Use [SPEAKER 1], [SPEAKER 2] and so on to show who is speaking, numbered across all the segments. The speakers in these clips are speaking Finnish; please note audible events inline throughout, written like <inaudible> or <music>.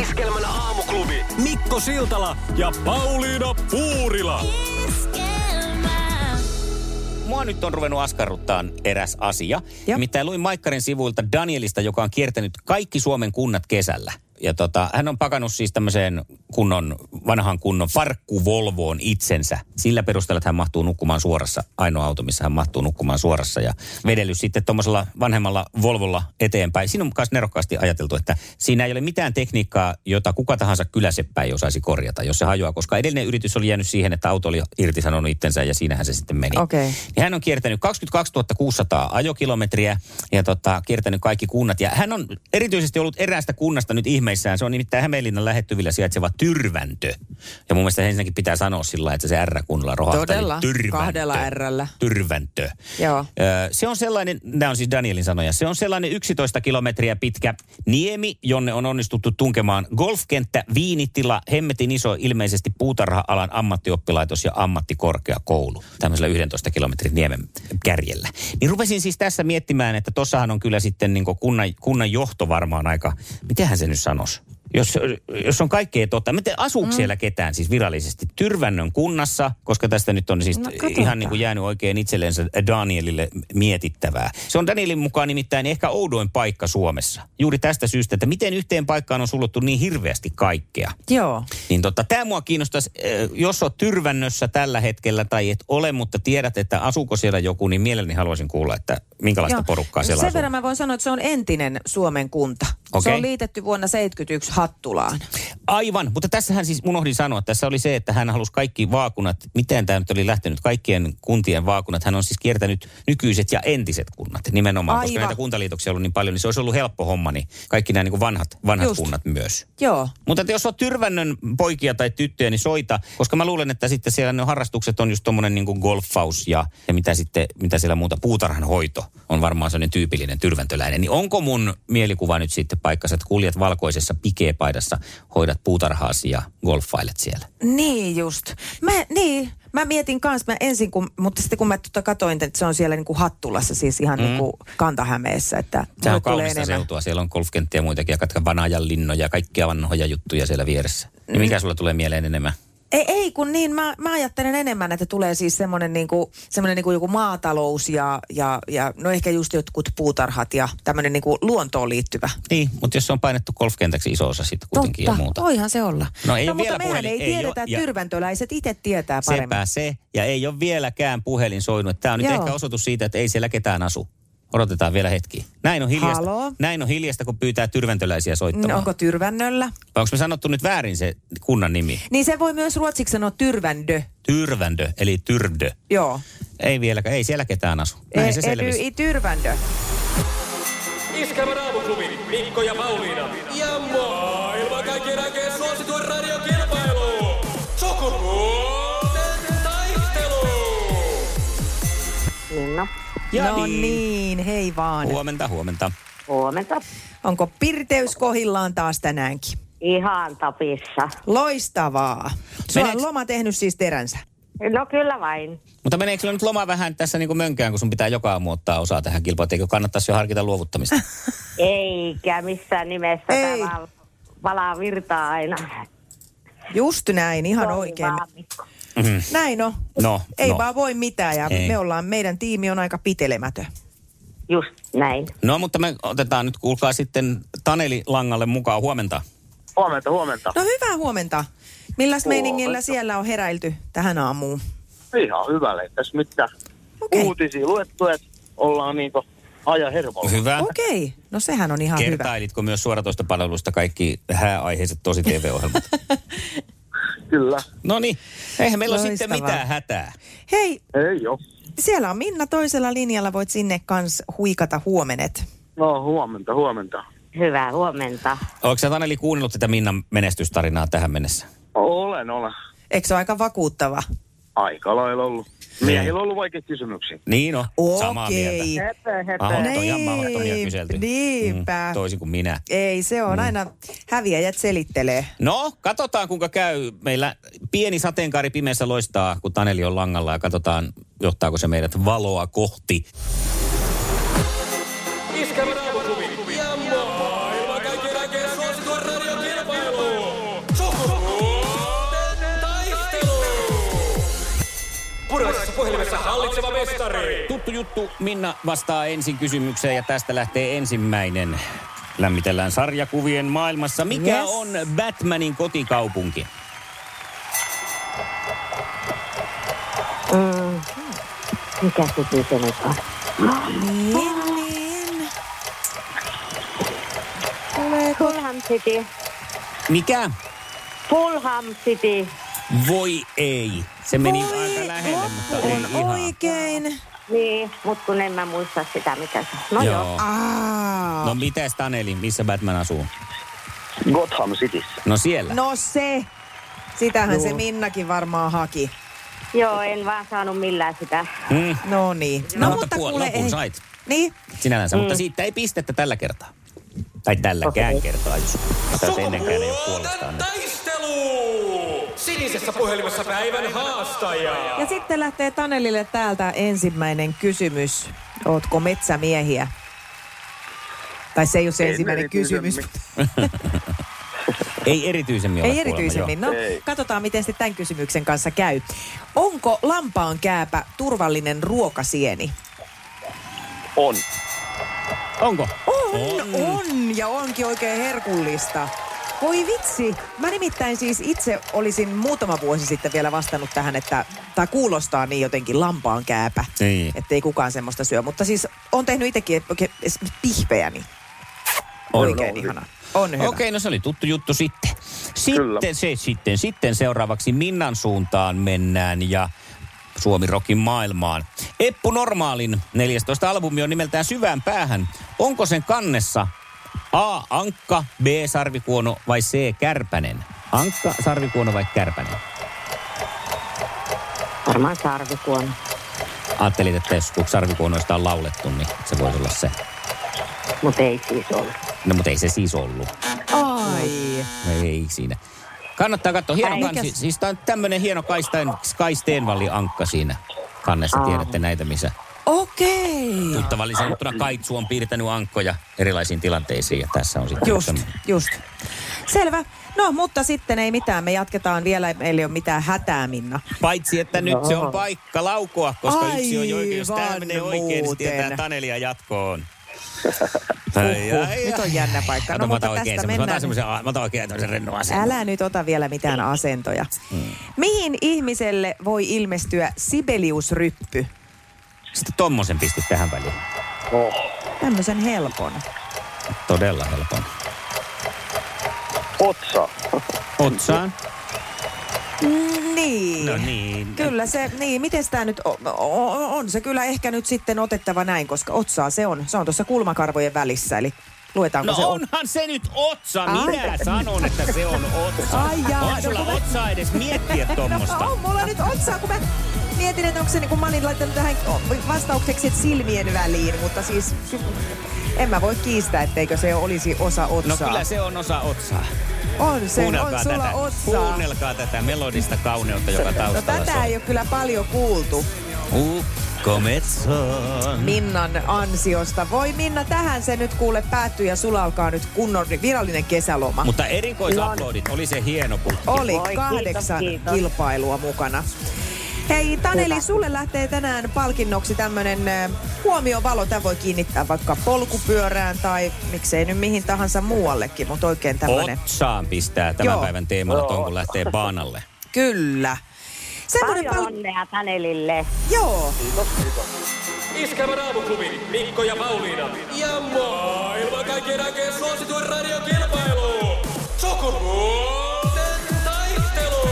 [SPEAKER 1] Iskelmän aamuklubi.
[SPEAKER 2] Mikko Siltala ja Pauliina Puurila.
[SPEAKER 3] Mua nyt on ruvennut askarruttaa eräs asia.
[SPEAKER 4] Joo.
[SPEAKER 3] Nimittäin luin Maikkarin sivuilta Danielista, joka on kiertänyt kaikki Suomen kunnat kesällä. Ja tota, hän on pakannut siis tämmöiseen kunnon, vanhan kunnon farkkuvolvoon itsensä. Sillä perusteella, että hän mahtuu nukkumaan suorassa. Ainoa auto, missä hän mahtuu nukkumaan suorassa. Ja vedellyt sitten tuommoisella vanhemmalla Volvolla eteenpäin. Siinä on myös nerokkaasti ajateltu, että siinä ei ole mitään tekniikkaa, jota kuka tahansa kyläseppä ei osaisi korjata, jos se hajoaa. Koska edellinen yritys oli jäänyt siihen, että auto oli irtisanonut itsensä ja siinähän se sitten meni
[SPEAKER 4] Okei.
[SPEAKER 3] niin hän on kiertänyt 22 600 ajokilometriä ja tota, kiertänyt kaikki kunnat. Ja hän on erityisesti ollut eräästä kunnasta nyt ihmeissään. Se on nimittäin Hämeenlinnan lähettyvillä sijaitseva Tyrväntö. Ja mun mielestä ensinnäkin pitää sanoa sillä lailla, että se R-kunnalla rohahtaa. niin
[SPEAKER 4] Todella,
[SPEAKER 3] Tyrväntö.
[SPEAKER 4] kahdella R:llä.
[SPEAKER 3] Tyrväntö.
[SPEAKER 4] Joo.
[SPEAKER 3] Ö, Se on sellainen, nämä on siis Danielin sanoja, se on sellainen 11 kilometriä pitkä niemi, jonne on onnistuttu tunkemaan golfkenttä, viinitila, hemmetin iso ilmeisesti puutarha-alan ammattioppilaitos ja ammattikorkeakoulu. Tämmöisellä 11 kilometrin niemen kärjellä. Niin rupesin siis tässä miettimään, että tossahan on kyllä sitten niin kunnan, kunnan johto varmaan aika, mitähän se nyt sanoisi? Jos, jos on kaikkea totta. Miten asuuko mm. siellä ketään siis virallisesti? Tyrvännön kunnassa, koska tästä nyt on siis
[SPEAKER 4] No,
[SPEAKER 3] ihan
[SPEAKER 4] katsotaan.
[SPEAKER 3] niin kuin jäänyt oikein itsellensä Danielille mietittävää. Se on Danielin mukaan nimittäin ehkä oudoin paikka Suomessa. Juuri tästä syystä, että miten yhteen paikkaan on sulottu niin hirveästi kaikkea.
[SPEAKER 4] Joo.
[SPEAKER 3] Niin tota, tämä mua kiinnostaisi, eh, jos oot tyrvännössä tällä hetkellä tai et ole, mutta tiedät, että asuuko siellä joku, niin mielelläni haluaisin kuulla, että minkälaista
[SPEAKER 4] Joo. Siis
[SPEAKER 3] porukkaa siellä
[SPEAKER 4] Sen
[SPEAKER 3] asuu.
[SPEAKER 4] verran mä voin sanoa, että se on entinen Suomen kunta. Se
[SPEAKER 3] Okei.
[SPEAKER 4] on liitetty vuonna 71 Hattulaan.
[SPEAKER 3] Aivan, mutta tässähän siis unohdin sanoa, tässä oli se, että hän halusi kaikki vaakunat, miten tämä nyt oli lähtenyt, kaikkien kuntien vaakunat, hän on siis kiertänyt nykyiset ja entiset kunnat nimenomaan, koska
[SPEAKER 4] Aivan.
[SPEAKER 3] näitä kuntaliitoksia on ollut niin paljon, niin se olisi ollut helppo homma, niin kaikki nämä niin kuin vanhat, vanhat
[SPEAKER 4] Just.
[SPEAKER 3] kunnat myös.
[SPEAKER 4] Joo.
[SPEAKER 3] Mutta että jos olet Tyrvännön poikia tai tyttöjä, niin soita, koska mä luulen, että sitten siellä ne harrastukset on just tommonen niin kuin golfaus ja, ja mitä sitten, mitä siellä muuta, puutarhanhoito on varmaan sellainen tyypillinen tyrväntöläinen. Niin onko mun mielikuva nyt sitten paikkansa, että kuljet valkoisessa pikeepaidassa, hoidat puutarhaasi ja golfailet siellä?
[SPEAKER 4] Niin just. Mä, niin, mä mietin kans, mä ensin kun, mutta sitten kun mä tota katoin, että se on siellä niinku Hattulassa, siis ihan mm. niinku Kantahämeessä, että
[SPEAKER 3] Sehän on
[SPEAKER 4] mulle tulee
[SPEAKER 3] kaunista
[SPEAKER 4] enemmän.
[SPEAKER 3] seutua, siellä on golfkenttiä ja muitakin ja katka vanajan linnoja ja kaikkia vanhoja juttuja siellä vieressä. Niin mikä sulla tulee mieleen enemmän?
[SPEAKER 4] Ei, ei kun niin, mä, mä ajattelen enemmän, että tulee siis semmoinen niinku, semmonen niinku joku maatalous ja, ja, ja no ehkä just jotkut puutarhat ja tämmöinen niinku luontoon liittyvä.
[SPEAKER 3] Niin, mutta jos se on painettu golfkentäksi iso osa sitten kuitenkin ja muuta.
[SPEAKER 4] voihan se olla.
[SPEAKER 3] No ei
[SPEAKER 4] no
[SPEAKER 3] ole
[SPEAKER 4] mutta
[SPEAKER 3] vielä
[SPEAKER 4] mehän
[SPEAKER 3] puhelin-
[SPEAKER 4] ei,
[SPEAKER 3] ei ole,
[SPEAKER 4] tiedetä,
[SPEAKER 3] ja-
[SPEAKER 4] että tyrväntöläiset itse tietää paremmin.
[SPEAKER 3] Sepä se. Ja ei ole vieläkään puhelin soinut. Tämä on nyt
[SPEAKER 4] Joo.
[SPEAKER 3] ehkä osoitus siitä, että ei siellä ketään asu. Odotetaan vielä hetki. Näin on hiljasta,
[SPEAKER 4] Haloo?
[SPEAKER 3] näin on hiljasta kun pyytää tyrventöläisiä soittamaan.
[SPEAKER 4] No,
[SPEAKER 3] Onko...
[SPEAKER 4] Onko tyrvännöllä?
[SPEAKER 3] Onko me sanottu nyt väärin se kunnan nimi?
[SPEAKER 4] Niin se voi myös ruotsiksi sanoa tyrvändö.
[SPEAKER 3] Tyrvändö, eli Tyrvdö.
[SPEAKER 4] Joo.
[SPEAKER 3] Ei vieläkään, ei siellä ketään asu. Näin se
[SPEAKER 4] E- Edy
[SPEAKER 3] selvisi.
[SPEAKER 4] i tyrvändö.
[SPEAKER 1] Iskelmän aamuklubi. Mikko ja Pauliina. Ja maailman kaikkien aikeen suosituen radiokilpailu. Sukupuolten taistelu.
[SPEAKER 5] Minna,
[SPEAKER 3] Ja
[SPEAKER 4] no niin, hei vaan.
[SPEAKER 3] Huomenta, huomenta.
[SPEAKER 5] huomenta.
[SPEAKER 4] Onko pirteys kohillaan taas tänäänkin?
[SPEAKER 5] Ihan tapissa.
[SPEAKER 4] Loistavaa. Sua
[SPEAKER 3] Meneekö-
[SPEAKER 4] on loma tehnyt siis teränsä.
[SPEAKER 5] No kyllä vain.
[SPEAKER 3] Mutta meneekö sulla nyt loma vähän tässä niin kuin mönkään, kun sun pitää joka aamu ottaa osaa tähän kilpaan? Eikö kannattaisi jo harkita
[SPEAKER 4] <laughs>
[SPEAKER 3] luovuttamista?
[SPEAKER 5] Eikä missään nimessä.
[SPEAKER 4] Ei.
[SPEAKER 5] Tää vaan valaa virtaa aina.
[SPEAKER 4] Just näin, ihan
[SPEAKER 5] Sori
[SPEAKER 4] oikein.
[SPEAKER 5] vaan, Mikko.
[SPEAKER 3] Mhm.
[SPEAKER 4] Näin on.
[SPEAKER 3] No,
[SPEAKER 4] Ei
[SPEAKER 3] no.
[SPEAKER 4] vaan voi mitään ja
[SPEAKER 3] Ei.
[SPEAKER 4] me ollaan, meidän tiimi on aika pitelemätön.
[SPEAKER 5] Just näin.
[SPEAKER 3] no, mutta me otetaan nyt, kuulkaa sitten Taneli langalle mukaan. Huomenta.
[SPEAKER 6] Huomenta, huomenta.
[SPEAKER 4] No hyvää huomenta. Milläs meiningillä siellä on heräilty tähän aamuun?
[SPEAKER 6] Ihan hyvälle. Ei Tässä mitään
[SPEAKER 4] Okei.
[SPEAKER 6] okay. uutisia luettu, että ollaan niinku aja hermolla.
[SPEAKER 3] Hyvä.
[SPEAKER 4] Okei, okay. no sehän on
[SPEAKER 3] Ah,
[SPEAKER 4] ihan hyvä.
[SPEAKER 3] Kertailitko myös suoratoistopalvelusta kaikki hääaiheiset tosi TV-ohjelmat?
[SPEAKER 6] Kyllä.
[SPEAKER 3] <laughs> no niin, eihän meillä ole sitten
[SPEAKER 4] Loistavaa.
[SPEAKER 3] mitään hätää.
[SPEAKER 4] Hei,
[SPEAKER 6] Ei oo.
[SPEAKER 4] siellä on Minna toisella linjalla, voit sinne kans huikata huomenet.
[SPEAKER 6] No huomenta, huomenta.
[SPEAKER 5] Hyvää huomenta.
[SPEAKER 3] Oletko sä Taneli kuunnellut tätä Minnan menestystarinaa tähän mennessä?
[SPEAKER 6] Olen, olen.
[SPEAKER 4] Eikö se ole aika vakuuttava?
[SPEAKER 6] Aika lailla ollut. Miehillä on ollut vaikeita kysymyksiä.
[SPEAKER 3] Niin on,
[SPEAKER 4] Okei.
[SPEAKER 3] samaa mieltä.
[SPEAKER 6] Hepe, hepe.
[SPEAKER 3] Mahdottomia,
[SPEAKER 4] Niin,
[SPEAKER 3] mahdottomia kyselty. Mm,
[SPEAKER 4] niinpä.
[SPEAKER 3] toisin kuin minä.
[SPEAKER 4] Ei, se
[SPEAKER 3] Mm.
[SPEAKER 4] on aina häviäjät selittelee.
[SPEAKER 3] No, katsotaan kuinka käy. Meillä pieni sateenkaari pimeässä loistaa, kun Taneli on langalla ja katsotaan, johtaako se meidät valoa kohti.
[SPEAKER 1] Iskelmän aamuklubi. Ja maailman kaikkien aikeen suosituen radiokilpailu. puhelimessa hallitseva mestari.
[SPEAKER 3] Tuttu juttu, Minna vastaa ensin kysymykseen ja tästä lähtee ensimmäinen. Lämmitellään sarjakuvien maailmassa. Mikä yes.
[SPEAKER 4] Yes.
[SPEAKER 3] on Batmanin kotikaupunki?
[SPEAKER 5] Mikä se siitä nyt on?
[SPEAKER 4] Niin, niin. Tuleeko?
[SPEAKER 5] Fulham City.
[SPEAKER 3] Mikä?
[SPEAKER 5] Fulham City.
[SPEAKER 3] Voi ei. Se meni
[SPEAKER 4] Voi,
[SPEAKER 3] aika lähelle, mutta No.
[SPEAKER 4] loppu
[SPEAKER 3] ei
[SPEAKER 4] on
[SPEAKER 3] ihan.
[SPEAKER 4] oikein.
[SPEAKER 5] Niin, mutta kun en mä muista sitä, mikä se on. No joo. joo.
[SPEAKER 3] Joo.
[SPEAKER 4] Aa.
[SPEAKER 3] No mitäs Taneli, missä Batman asuu?
[SPEAKER 6] Gotham Cityssä.
[SPEAKER 3] No siellä.
[SPEAKER 4] No se. Sitähän se Minnakin varmaan haki.
[SPEAKER 5] Joo, en vaan saanut millään sitä.
[SPEAKER 3] Mm.
[SPEAKER 4] No niin.
[SPEAKER 3] No, mutta puol- lopun sait.
[SPEAKER 4] Niin.
[SPEAKER 3] Sinällänsä, mm. mutta siitä ei pistettä tällä kertaa. Tai tälläkään okay. kertaa, jos jos ennenkään ei ole puolestaan.
[SPEAKER 1] Sukupuolten taistelu! Sinisessä puhelimessa päivän haastaja.
[SPEAKER 4] Ja sitten lähtee Tanelille täältä ensimmäinen kysymys. Ootko metsämiehiä? Tai se ei ole se
[SPEAKER 6] En
[SPEAKER 4] ensimmäinen kysymys.
[SPEAKER 6] erityisemmin.
[SPEAKER 3] Ei erityisemmin ole
[SPEAKER 4] Ei
[SPEAKER 3] kuulemma,
[SPEAKER 4] erityisemmin. No,
[SPEAKER 6] joo. Ei.
[SPEAKER 4] katsotaan, miten sitten tämän kysymyksen kanssa käy. Onko lampaan kääpä turvallinen ruokasieni?
[SPEAKER 6] On.
[SPEAKER 3] joo. Onko?
[SPEAKER 4] On, on, on ja onkin oikein herkullista. Voi vitsi, mä nimittäin siis itse olisin muutama vuosi sitten vielä vastannut tähän, että tämä kuulostaa niin jotenkin lampaan kääpä,
[SPEAKER 3] Niin.
[SPEAKER 4] että ei kukaan semmoista syö. Mutta siis on tehnyt itsekin et- oikein esimerkiksi pihvejä, niin
[SPEAKER 3] On.
[SPEAKER 4] oikein ihana. On hyvä.
[SPEAKER 3] Okei, okay, no se oli tuttu juttu sitten. Sitten
[SPEAKER 6] Kyllä.
[SPEAKER 3] se sitten. Sitten seuraavaksi Minnan suuntaan mennään ja Suomi Rokin maailmaan. Eppu Normaalin 14 albumi on nimeltään Syvään päähän. Onko sen kannessa A. Ankka, B. Sarvikuono vai C. Kärpänen? Ankka, Sarvikuono vai Kärpänen?
[SPEAKER 5] Varmaan sarvikuono.
[SPEAKER 3] Ajattelin, että jos kun Sarvikuonoista on laulettu, niin se voisi olla se.
[SPEAKER 5] Mutta ei siis ollut.
[SPEAKER 3] No mutta ei se siis ollut.
[SPEAKER 4] Ai.
[SPEAKER 3] No Ei siinä. Kannattaa katsoa. Hieno
[SPEAKER 5] Ai,
[SPEAKER 3] kansi.
[SPEAKER 4] mikäs-
[SPEAKER 3] Siis tää on tämmönen hieno kaisteen, kaisteenvalli ankka siinä kannessa.
[SPEAKER 5] Aa.
[SPEAKER 3] Tiedätte näitä, missä
[SPEAKER 4] Okei.
[SPEAKER 3] tuttavallisen sanottuna Kaitsu on piirtänyt ankkoja erilaisiin tilanteisiin. Ja tässä on sitten
[SPEAKER 4] Just,
[SPEAKER 3] yksi semmonen.
[SPEAKER 4] just. Selvä. No, mutta sitten ei mitään. Me jatketaan vielä. Meillä ei ole mitään hätää, Minna.
[SPEAKER 3] Paitsi, että nyt se on paikka laukoa, koska yksi on jo oikein. Jos tämä
[SPEAKER 4] Aivan
[SPEAKER 3] menee oikein, niin se tietää
[SPEAKER 4] muuten.
[SPEAKER 3] Tanelia
[SPEAKER 4] <laughs>
[SPEAKER 3] jatkoon. Ai,
[SPEAKER 4] Huhhuh, nyt on jännä paikka.
[SPEAKER 3] Kato,
[SPEAKER 4] No,
[SPEAKER 3] mä otan
[SPEAKER 4] mutta
[SPEAKER 3] oikein
[SPEAKER 4] tästä
[SPEAKER 3] semmosen- mä otan
[SPEAKER 4] mennään.
[SPEAKER 3] semmosen- Mä otan oikein tämmöisen rennon asennon.
[SPEAKER 4] Älä nyt ota vielä mitään
[SPEAKER 3] Niin.
[SPEAKER 4] asentoja.
[SPEAKER 3] Mm.
[SPEAKER 4] Mihin ihmiselle voi ilmestyä Sibeliusryppy?
[SPEAKER 3] Sitten tommosen pisti tähän väliin.
[SPEAKER 6] Oh.
[SPEAKER 4] Tämmöisen helpon.
[SPEAKER 3] Todella helpon.
[SPEAKER 6] Otsa.
[SPEAKER 3] Otsaan.
[SPEAKER 4] Mm, Niin.
[SPEAKER 3] No niin.
[SPEAKER 4] Kyllä se, niin, miten tämä nyt on, on, on, se kyllä ehkä nyt sitten otettava näin, koska otsaa se on, se on tuossa kulmakarvojen välissä, eli luetaanko
[SPEAKER 3] No
[SPEAKER 4] se on?
[SPEAKER 3] onhan se nyt otsa.
[SPEAKER 4] Ai.
[SPEAKER 3] Minä sanon, että se on otsa.
[SPEAKER 4] Ai jaa,
[SPEAKER 3] on
[SPEAKER 4] no
[SPEAKER 3] sulla
[SPEAKER 4] kun mä-
[SPEAKER 3] otsa edes miettiä
[SPEAKER 4] No
[SPEAKER 3] tuommoista.
[SPEAKER 4] on mulla nyt otsaa, kun mä mietin, että onko se, niin kun mä olin laittanut tähän vastaukseksi, että silmien väliin, mutta siis en mä voi kiistää, etteikö se olisi osa
[SPEAKER 3] No
[SPEAKER 4] otsaa.
[SPEAKER 3] kyllä se on osa otsaa.
[SPEAKER 4] on se, on
[SPEAKER 3] Kuunnelkaa
[SPEAKER 4] sulla
[SPEAKER 3] tätä,
[SPEAKER 4] otsaa.
[SPEAKER 3] kuunnelkaa tätä melodista kauneutta, joka
[SPEAKER 4] No
[SPEAKER 3] taustalla
[SPEAKER 4] tätä ei
[SPEAKER 3] soi.
[SPEAKER 4] ole kyllä paljon kuultu
[SPEAKER 3] Ukko metsoon.
[SPEAKER 4] Minnan ansiosta. Voi Minna, tähän se nyt kuule päättyy ja sulla alkaa nyt kunnon virallinen kesäloma.
[SPEAKER 3] Mutta erikoisaplodit, oli se hieno putki.
[SPEAKER 4] Oli
[SPEAKER 5] Voi, kiitos,
[SPEAKER 4] kahdeksan
[SPEAKER 5] kiitos.
[SPEAKER 4] kilpailua mukana. Hei Taneli,
[SPEAKER 5] Hyvä.
[SPEAKER 4] sulle lähtee tänään palkinnoksi tämmönen ö, huomiovalo. Tämä voi kiinnittää vaikka polkupyörään tai miksei nyt mihin tahansa muuallekin, mutta oikein tämmönen.
[SPEAKER 3] Otsaan pistää tämän
[SPEAKER 4] Joo.
[SPEAKER 3] päivän teemalla ton, kun lähtee baanalle.
[SPEAKER 4] Kyllä. Semmoinen
[SPEAKER 5] Paljon
[SPEAKER 4] pal-
[SPEAKER 5] onnea Tanelille.
[SPEAKER 4] Joo.
[SPEAKER 1] Iskävä raamuklubi, Mikko ja Pauliina. Ja maailman kaikkien aikeen suosituen radiokilpailu. Sukupuolten taistelu.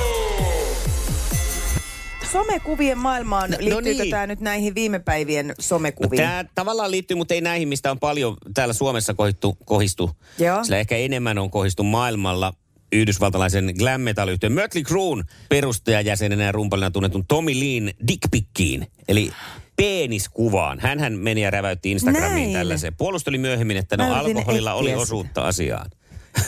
[SPEAKER 4] Somekuvien maailmaan
[SPEAKER 3] No- no
[SPEAKER 4] liittyy
[SPEAKER 3] niin.
[SPEAKER 4] tätä nyt näihin viime päivien
[SPEAKER 3] No,
[SPEAKER 4] somekuviin.
[SPEAKER 3] tämä tavallaan liittyy, mutta ei näihin, mistä on paljon täällä Suomessa kohittu, kohistu.
[SPEAKER 4] Joo.
[SPEAKER 3] Sillä ehkä enemmän on kohistu maailmalla yhdysvaltalaisen glam metal yhtiön Mötley Crüen perustajajäsenenä ja rumpalina tunnetun Tommy Leen dickpikkiin, eli peniskuvaan. Hänhän meni ja räväytti Instagramiin
[SPEAKER 4] Näin.
[SPEAKER 3] tällaisen. Puolusteli myöhemmin, että no
[SPEAKER 4] Mä yritin
[SPEAKER 3] alkoholilla oli
[SPEAKER 4] etsiä sitä.
[SPEAKER 3] osuutta asiaan.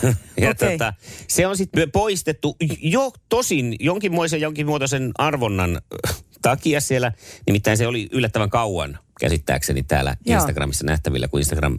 [SPEAKER 3] <laughs> ja
[SPEAKER 4] Okei.
[SPEAKER 3] tota, se on sitten poistettu jo tosin jonkinmoisen jonkinmuotoisen arvonnan äh, takia siellä. Nimittäin se oli yllättävän kauan käsittääkseni täällä
[SPEAKER 4] Joo.
[SPEAKER 3] Instagramissa nähtävillä, kun Instagram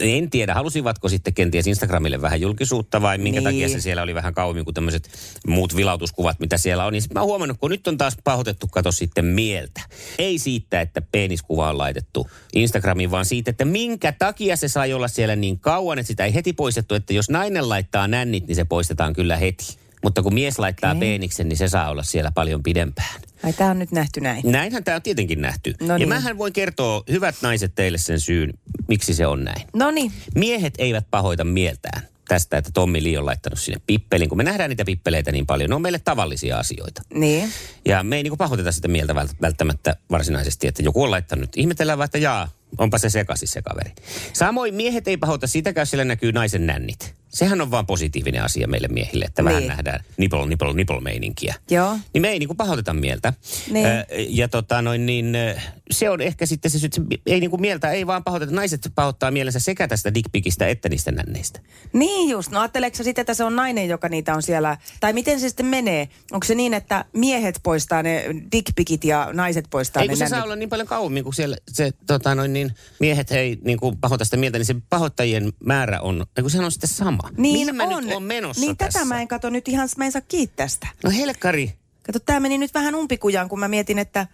[SPEAKER 3] en tiedä, halusivatko sitten kenties Instagramille vähän julkisuutta vai minkä niin.
[SPEAKER 4] Niin.
[SPEAKER 3] takia se siellä oli vähän kauemmin kuin tämmöiset muut vilautuskuvat, mitä siellä on. Niin sit mä oon huomannut, kun nyt on taas pahoitettu kato sitten mieltä. Ei siitä, että peniskuva on laitettu Instagramiin, vaan siitä, että minkä takia se sai olla siellä niin kauan, että sitä ei heti poistettu. Että jos nainen laittaa nännit, niin se poistetaan kyllä heti. Mutta kun mies laittaa
[SPEAKER 4] Okei.
[SPEAKER 3] okay. peeniksen, niin se saa olla siellä paljon pidempään.
[SPEAKER 4] Ai tää on nyt nähty näin.
[SPEAKER 3] Näinhän tämä on tietenkin nähty.
[SPEAKER 4] No
[SPEAKER 3] ja
[SPEAKER 4] niin.
[SPEAKER 3] mähän voin kertoa, hyvät naiset, teille sen syyn, miksi se on näin.
[SPEAKER 4] No niin,
[SPEAKER 3] Miehet eivät pahoita mieltään tästä, että Tommi Lee on laittanut sinne pippelin, kun me nähdään niitä pippeleitä niin paljon. Ne on meille tavallisia asioita.
[SPEAKER 4] niin.
[SPEAKER 3] Ja me ei niinku pahoiteta sitä mieltä vält- välttämättä varsinaisesti, että joku on laittanut. Ihmetellään vaan, että jaa, onpa se sekaisin se kaveri. Samoin miehet ei pahoita sitäkään, jos siellä näkyy naisen nännit. Sehän on vaan positiivinen asia meille miehille, että vähän
[SPEAKER 4] Niin.
[SPEAKER 3] nähdään nipple, nipple, nipple meininkiä.
[SPEAKER 4] Joo.
[SPEAKER 3] Niin me ei niinku pahoiteta mieltä.
[SPEAKER 4] Niin.
[SPEAKER 3] Ö, ja tota noin, niin ö, se on ehkä sitten se, syy, että se ei niinku mieltä, ei vaan pahoiteta. Naiset pahoittaa mielensä sekä tästä dickpikistä että niistä nänneistä.
[SPEAKER 4] Niin just, no ajatteleeko sä sitten, että se on nainen, joka niitä on siellä, tai miten se sitten menee? Onko se niin, että miehet poistaa ne dickpikit ja naiset poistaa
[SPEAKER 3] ei
[SPEAKER 4] ne
[SPEAKER 3] kun se
[SPEAKER 4] nännit?
[SPEAKER 3] saa olla niin paljon kauemmin, kun siellä se, tota noin, niin miehet ei niin kuin pahoita sitä mieltä, niin se pahoittajien määrä on, ei kun sehän on sitten sama. Mihin
[SPEAKER 4] Niin
[SPEAKER 3] mä
[SPEAKER 4] on.
[SPEAKER 3] nyt oon menossa
[SPEAKER 4] niin
[SPEAKER 3] tässä?
[SPEAKER 4] tätä mä en kato nyt ihan, mä en saa kiittää sitä.
[SPEAKER 3] No helkkari.
[SPEAKER 4] Kato, tää meni nyt vähän umpikujaan, kun mä mietin, että...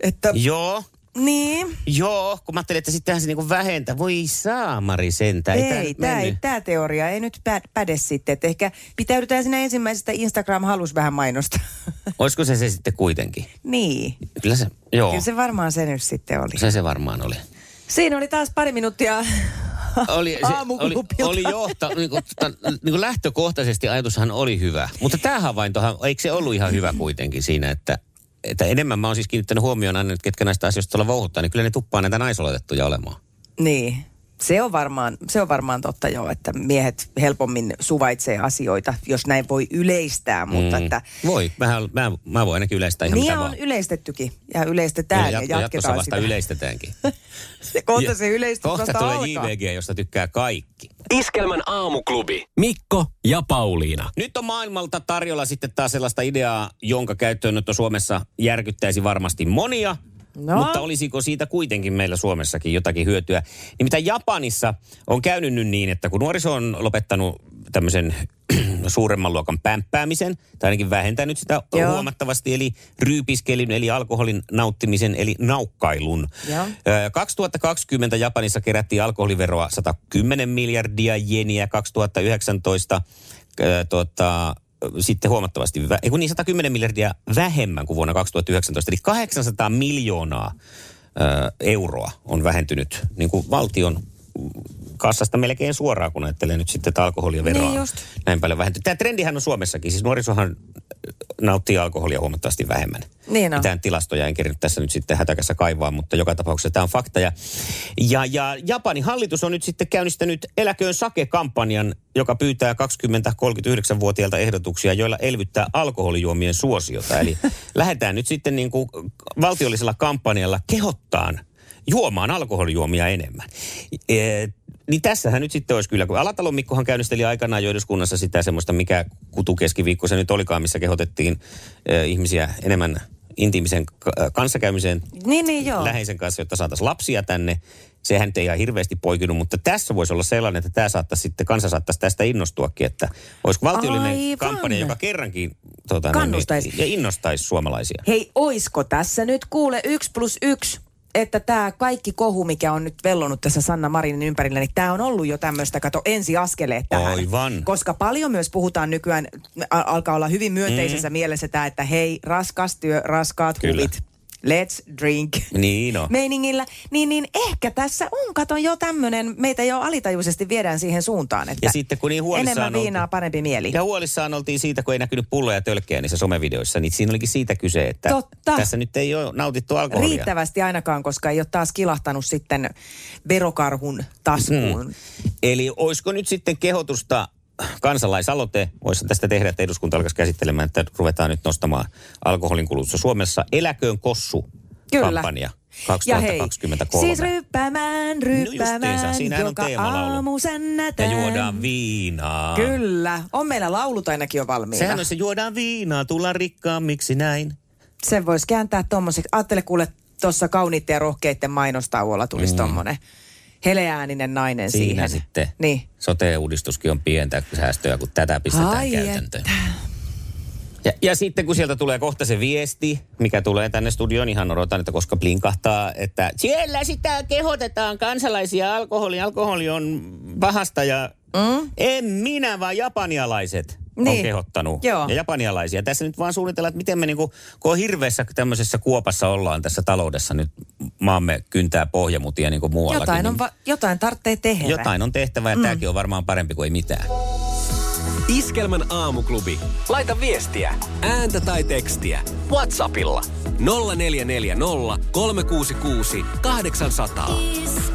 [SPEAKER 4] että
[SPEAKER 3] Joo,
[SPEAKER 4] niin,
[SPEAKER 3] joo, kun mä ajattelin, että sittenhän se niin kuin vähentää. Voi saamari sentä, ei, tää
[SPEAKER 4] ei,
[SPEAKER 3] nyt
[SPEAKER 4] tämä ei,
[SPEAKER 3] mennyt.
[SPEAKER 4] tää teoria ei nyt pä, päde sitten. Et ehkä pitäydytään siinä ensimmäisestä Instagram halus vähän mainosta. <laughs>
[SPEAKER 3] Olisiko se se sitten kuitenkin?
[SPEAKER 4] niin,
[SPEAKER 3] Kyllä se, joo,
[SPEAKER 4] kyllä se varmaan se nyt sitten oli.
[SPEAKER 3] se, se varmaan oli.
[SPEAKER 4] Siinä oli taas pari minuuttia <laughs>
[SPEAKER 3] Oli, se, oli,
[SPEAKER 4] aamuklubilta.
[SPEAKER 3] oli johta, niin kuin, niin kuin lähtökohtaisesti ajatushan oli hyvä. Mutta tämä havaintohan, eikö se ollut ihan hyvä kuitenkin siinä, että, että enemmän mä oon siis kiinnittänyt huomioon aina, että ketkä näistä asioista tuolla vouhuttaa, niin kyllä ne tuppaa näitä naisolotettuja olemaan.
[SPEAKER 4] Niin. Se on, varmaan, se on varmaan totta joo, että miehet helpommin suvaitsee asioita, jos näin voi yleistää, mutta mm. että...
[SPEAKER 3] Voi, mä, mä, mä voin ainakin yleistää ihan
[SPEAKER 4] Niin
[SPEAKER 3] mitä
[SPEAKER 4] on
[SPEAKER 3] vaan.
[SPEAKER 4] yleistettykin ja
[SPEAKER 3] Ja
[SPEAKER 4] yleistetään ja,
[SPEAKER 3] jatko, jatkossa
[SPEAKER 4] jatketaan
[SPEAKER 3] vasta
[SPEAKER 4] sitä.
[SPEAKER 3] yleistetäänkin.
[SPEAKER 4] <laughs> Se kohta
[SPEAKER 3] Ja-
[SPEAKER 4] se yleistys
[SPEAKER 3] Kohta
[SPEAKER 4] vasta
[SPEAKER 3] tulee
[SPEAKER 4] alkaa.
[SPEAKER 3] JVG, josta tykkää kaikki.
[SPEAKER 1] Iskelmän aamuklubi.
[SPEAKER 2] Mikko ja Pauliina.
[SPEAKER 3] Nyt on maailmalta tarjolla sitten taas sellaista ideaa, jonka käyttöönotto Suomessa järkyttäisi varmasti monia.
[SPEAKER 4] No.
[SPEAKER 3] No. Mutta olisiko siitä kuitenkin meillä Suomessakin jotakin hyötyä? Nimittäin Japanissa on käynyt nyt niin, että kun nuoriso on lopettanut tämmöisen <clears throat> suuremman luokan pämppäämisen, tai ainakin vähentänyt sitä
[SPEAKER 4] Joo.
[SPEAKER 3] Joo. huomattavasti, eli ryypiskelyn, eli alkoholin nauttimisen, eli naukkailun.
[SPEAKER 4] Joo.
[SPEAKER 3] Ö, 2020 Japanissa kerättiin alkoholiveroa 110 miljardia jeniä, 2019 ö, tota, sitten huomattavasti, vä- ei kun niin 110 miljardia vähemmän kuin vuonna 2019, eli 800 miljoonaa ö, euroa on vähentynyt niin kuin valtion kassasta melkein suoraan, kun ajattelee nyt sitten, että alkoholia veroa
[SPEAKER 4] Niin
[SPEAKER 3] on
[SPEAKER 4] just.
[SPEAKER 3] näin paljon vähentynyt. Tämä trendihän on Suomessakin, siis nuorisohan nauttii alkoholia huomattavasti vähemmän.
[SPEAKER 4] Niin on.
[SPEAKER 3] Mitään tilastoja en kerännyt tässä nyt sitten hätäkässä kaivaa, mutta joka tapauksessa tämä on fakta. Ja, ja, ja Japanin hallitus on nyt sitten käynnistänyt eläköön sake-kampanjan, joka pyytää 20-39-vuotiailta ehdotuksia, joilla elvyttää alkoholijuomien suosiota. Eli <laughs> lähdetään nyt sitten niin kuin valtiollisella kampanjalla kehottaan juomaan alkoholijuomia enemmän. E- niin tässähän nyt sitten olisi kyllä, kun Alatalon Mikkohan käynnisteli aikanaan jo eduskunnassa sitä semmoista, mikä kutukeskiviikko se nyt olikaan, missä kehotettiin e, ihmisiä enemmän intiimisen k- ö, kanssakäymiseen
[SPEAKER 4] Niin, niin joo.
[SPEAKER 3] läheisen kanssa, jotta saataisiin lapsia tänne. Sehän nyt ei ihan hirveästi poikinut, mutta tässä voisi olla sellainen, että tämä saattaisi sitten, kansa saattaisi tästä innostuakin, että olisiko valtiollinen
[SPEAKER 4] Aivan.
[SPEAKER 3] kampanja, joka kerrankin tuota, noin,
[SPEAKER 4] Kannustaisi.
[SPEAKER 3] niin, ja innostaisi suomalaisia.
[SPEAKER 4] Hei, oisko tässä nyt kuule yksi plus yksi, että tämä kaikki kohu, mikä on nyt vellonut tässä Sanna Marinin ympärillä, niin tämä on ollut jo tämmöistä, kato, ensiaskeleet tähän.
[SPEAKER 3] Aivan.
[SPEAKER 4] Koska paljon myös puhutaan nykyään, a- alkaa olla hyvin myönteisessä mm. mielessä tämä, että hei, raskas työ, raskaat
[SPEAKER 3] Kyllä.
[SPEAKER 4] huvit, let's drink.
[SPEAKER 3] Niin no.
[SPEAKER 4] Meiningillä, niin, niin ehkä tässä on, kato jo tämmöinen, meitä jo alitajuisesti viedään siihen suuntaan, että
[SPEAKER 3] Ja sitten kun niin huolissaan
[SPEAKER 4] enemmän
[SPEAKER 3] oltiin-
[SPEAKER 4] viinaa, parempi mieli.
[SPEAKER 3] Ja huolissaan oltiin siitä, kun ei näkynyt pulloja tölkkejä niissä somevideoissa, niin siinä olikin siitä kyse, että
[SPEAKER 4] Totta.
[SPEAKER 3] tässä nyt ei ole nautittu alkoholia.
[SPEAKER 4] riittävästi ainakaan, koska ei ole taas kilahtanut sitten verokarhun taskuun. Mm.
[SPEAKER 3] Eli olisiko nyt sitten kehotusta, kansalaisaloite, voisi tästä tehdä, että eduskunta alkaisi käsittelemään, että ruvetaan nyt nostamaan alkoholin kulutusta Suomessa. Eläköön kossu
[SPEAKER 4] Kyllä.
[SPEAKER 3] kampanja
[SPEAKER 4] Ja hei,
[SPEAKER 3] 2023.
[SPEAKER 4] siis ryppäämään, ryppäämään,
[SPEAKER 3] No siinähän on
[SPEAKER 4] joka
[SPEAKER 3] teemalaulu.
[SPEAKER 4] aamu
[SPEAKER 3] ja
[SPEAKER 4] sännätään.
[SPEAKER 3] juodaan viinaa.
[SPEAKER 4] Kyllä, on meillä laulut ainakin jo valmiina.
[SPEAKER 3] Sehän on se juodaan viinaa, tullaan rikkaammiksi näin.
[SPEAKER 4] Sen voisi kääntää tommoseksi. Ajattele kuule, tuossa kauniitten ja rohkeitten mainostauolla tulisi mm. tommonen. Heleääninen nainen
[SPEAKER 3] Siinä
[SPEAKER 4] siihen.
[SPEAKER 3] sitten
[SPEAKER 4] Niin.
[SPEAKER 3] sote-uudistuskin on pientä säästöä, kun tätä pistetään
[SPEAKER 4] Ai
[SPEAKER 3] käytäntöön. Ja, ja sitten kun sieltä tulee kohta se viesti, mikä tulee tänne studioon, ihan odotan, että koska blinkahtaa, että siellä sitä kehotetaan kansalaisia alkoholiin. Alkoholi on pahasta ja mm? en minä, vaan japanialaiset on
[SPEAKER 4] Niin.
[SPEAKER 3] kehottanut.
[SPEAKER 4] Joo.
[SPEAKER 3] Ja japanialaisia. Tässä nyt vaan suunnitellaan, että miten me niinku, kun on hirveässä tämmöisessä kuopassa ollaan tässä taloudessa nyt, maamme kyntää pohjamutia niin kuin muuallakin.
[SPEAKER 4] Jotain, on
[SPEAKER 3] niin
[SPEAKER 4] va- jotain tarvitsee tehdä.
[SPEAKER 3] jotain on tehtävä ja mm. tämäkin on varmaan parempi kuin ei mitään.
[SPEAKER 2] Iskelmän aamuklubi. Laita viestiä, ääntä tai tekstiä. WhatsAppilla 0440 366 800.
[SPEAKER 7] Iskelmä.